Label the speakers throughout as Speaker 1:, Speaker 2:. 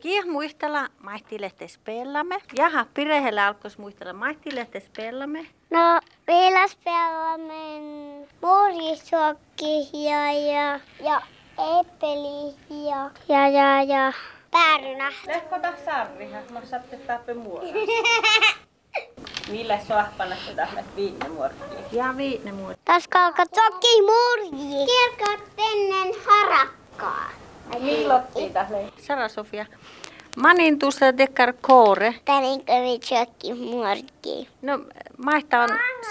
Speaker 1: Kies muistella maistilehtes pellamme. Jaha, Pirehellä alkois muistella maistilehtes pellamme.
Speaker 2: No, Velaspellammen muurisuokkihia ja, ja eppelihia ja, ja, ja päärynä.
Speaker 1: Lehkota sarriha, mä saatte tappe muoraan. Millä sohpalla sä tahdet viitne muorkkiin? Ja viitne muorkkiin.
Speaker 2: Tässä kalkat sokki murji. Kirkat ennen harakkaa.
Speaker 1: Millotti tahle. Sara Sofia. Manin tuossa dekar koore.
Speaker 2: Tärinkövi sokki murji.
Speaker 1: No, maista on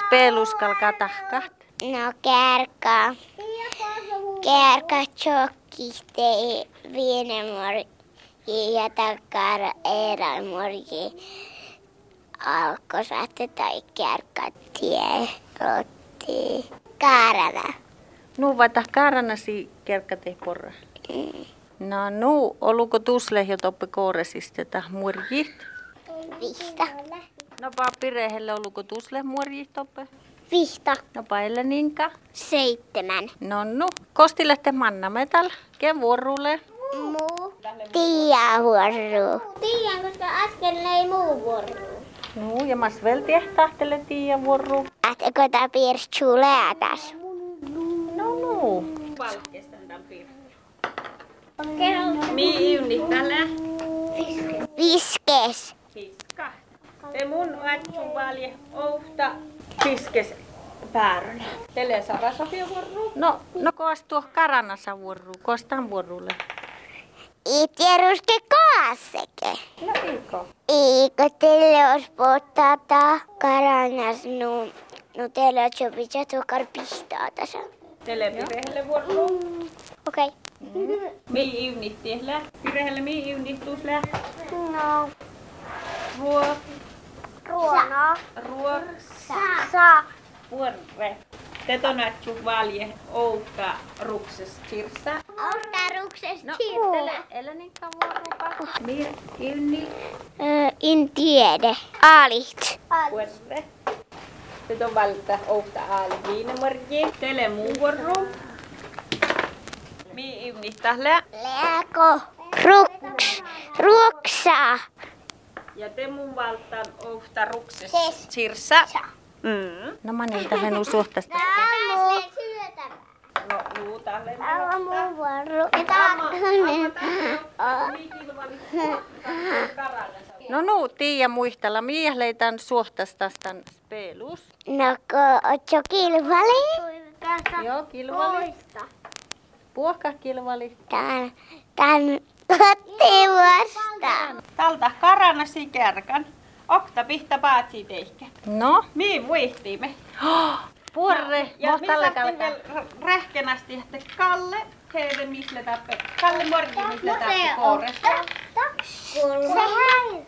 Speaker 1: speluskalkaa tahkaht.
Speaker 2: No, kärka. Kärka sokki tei viene murji ja takar eran murji. Alko saatte tai kärkat tie otti. Kaarana.
Speaker 1: Nuu vaita kaaranasi kerkkate porra.
Speaker 2: Mm.
Speaker 1: No nuu, oliko tusle jo toppe kooresista tah muorjit?
Speaker 2: Vihta.
Speaker 1: No paa pirehelle oliko tusle muorjit toppe?
Speaker 2: Vihta.
Speaker 1: No paille ninka.
Speaker 2: Seitsemän.
Speaker 1: No nu, kostilehte manna metal, ke vuorulle.
Speaker 2: Muu. Tiia vuoru. Tiia, koska äsken ei muu vuoru.
Speaker 1: Nuu, ja mas vel tiehtaahtele tiia vuoru.
Speaker 2: Ähtekö tää pirtsuu läätäs?
Speaker 1: No nuu. Valkestan tämän Mi yhdistäle.
Speaker 2: Viskes.
Speaker 1: Fiska. Te mun vatsun valje ouhta fiskes päärynä. Tele Sara Sofia vuorru. No, no koos tuo karanassa vuorru, koos tämän vuorrulle.
Speaker 2: Itieruske kaasseke.
Speaker 1: No Iiko.
Speaker 2: Iiko teille os potata karanas nu. Nu teille os jo pitää karpistaa tässä.
Speaker 1: Tele pirehelle vuorru.
Speaker 2: Okei. Okay.
Speaker 1: Mi yhdisti lä. Pirehelle mi yhdistus lä.
Speaker 2: No.
Speaker 1: Ruo,
Speaker 2: Ruona.
Speaker 1: ruoks,
Speaker 2: Saa.
Speaker 1: vuorre. Tetonatsu valje ouhta rukses tirsa.
Speaker 2: Auttaruksesta
Speaker 1: No, tele, elä niinkä vuorrupa. Mi yhdisti.
Speaker 2: En tiedä. Aalit.
Speaker 1: Vuorre. Nyt on valita ouhta aali viinemorgi. Tele muu vuorru. Mi yhdistähle.
Speaker 2: Lääko. Ruks. Ruksa.
Speaker 1: Ja te mun valtaan ouhta rukses. Sirsa. Mm. No mä niitä henu suhtasta.
Speaker 2: Aamu. Syötävä.
Speaker 1: No juu tälle.
Speaker 2: Aamu vuoro. Tahtonen.
Speaker 1: No nuu, Tiia muistella, miehleitän suhtastastan spelus.
Speaker 2: No kun ootko kilvali?
Speaker 1: Joo, kilvali. Puohka kilvali.
Speaker 2: Tän, tän otti vastaan.
Speaker 3: Talta karanasi kärkan. Okta pihta paatsi teikä.
Speaker 1: No,
Speaker 3: Mii muistiimme.
Speaker 1: puorre,
Speaker 3: Ja
Speaker 1: mohtalla
Speaker 3: minä
Speaker 1: kalkaa.
Speaker 3: rähkenästi, että Kalle, heille misle tappe. Kalle morgi misle tappe kouressa.
Speaker 2: Sehän.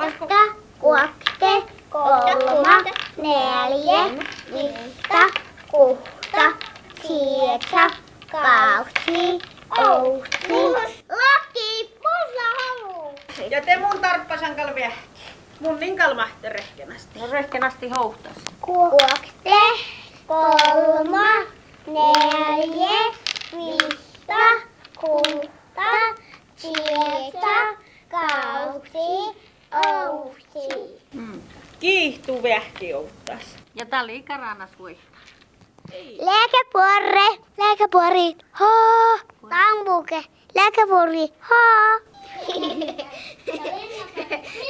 Speaker 2: Okta, kuokte, kolma, neljä, viittä, kuutta, siirtä, kausi, ousi. Laki, pulla haluu.
Speaker 3: Ja te mun tarppasan kalve. Mun niin kalmahti rähkenästi.
Speaker 1: No röhkenästi hohtas.
Speaker 2: Kuokte, kolma, neljä, viittä, kuutta, siirtä, kausi, ousi.
Speaker 3: Kiihtuu vähti outtas.
Speaker 1: Ja tää oli ikaranas voi.
Speaker 2: Lääkepuori, lääkepuori, haa. Tampuke, lääkepuori, haa.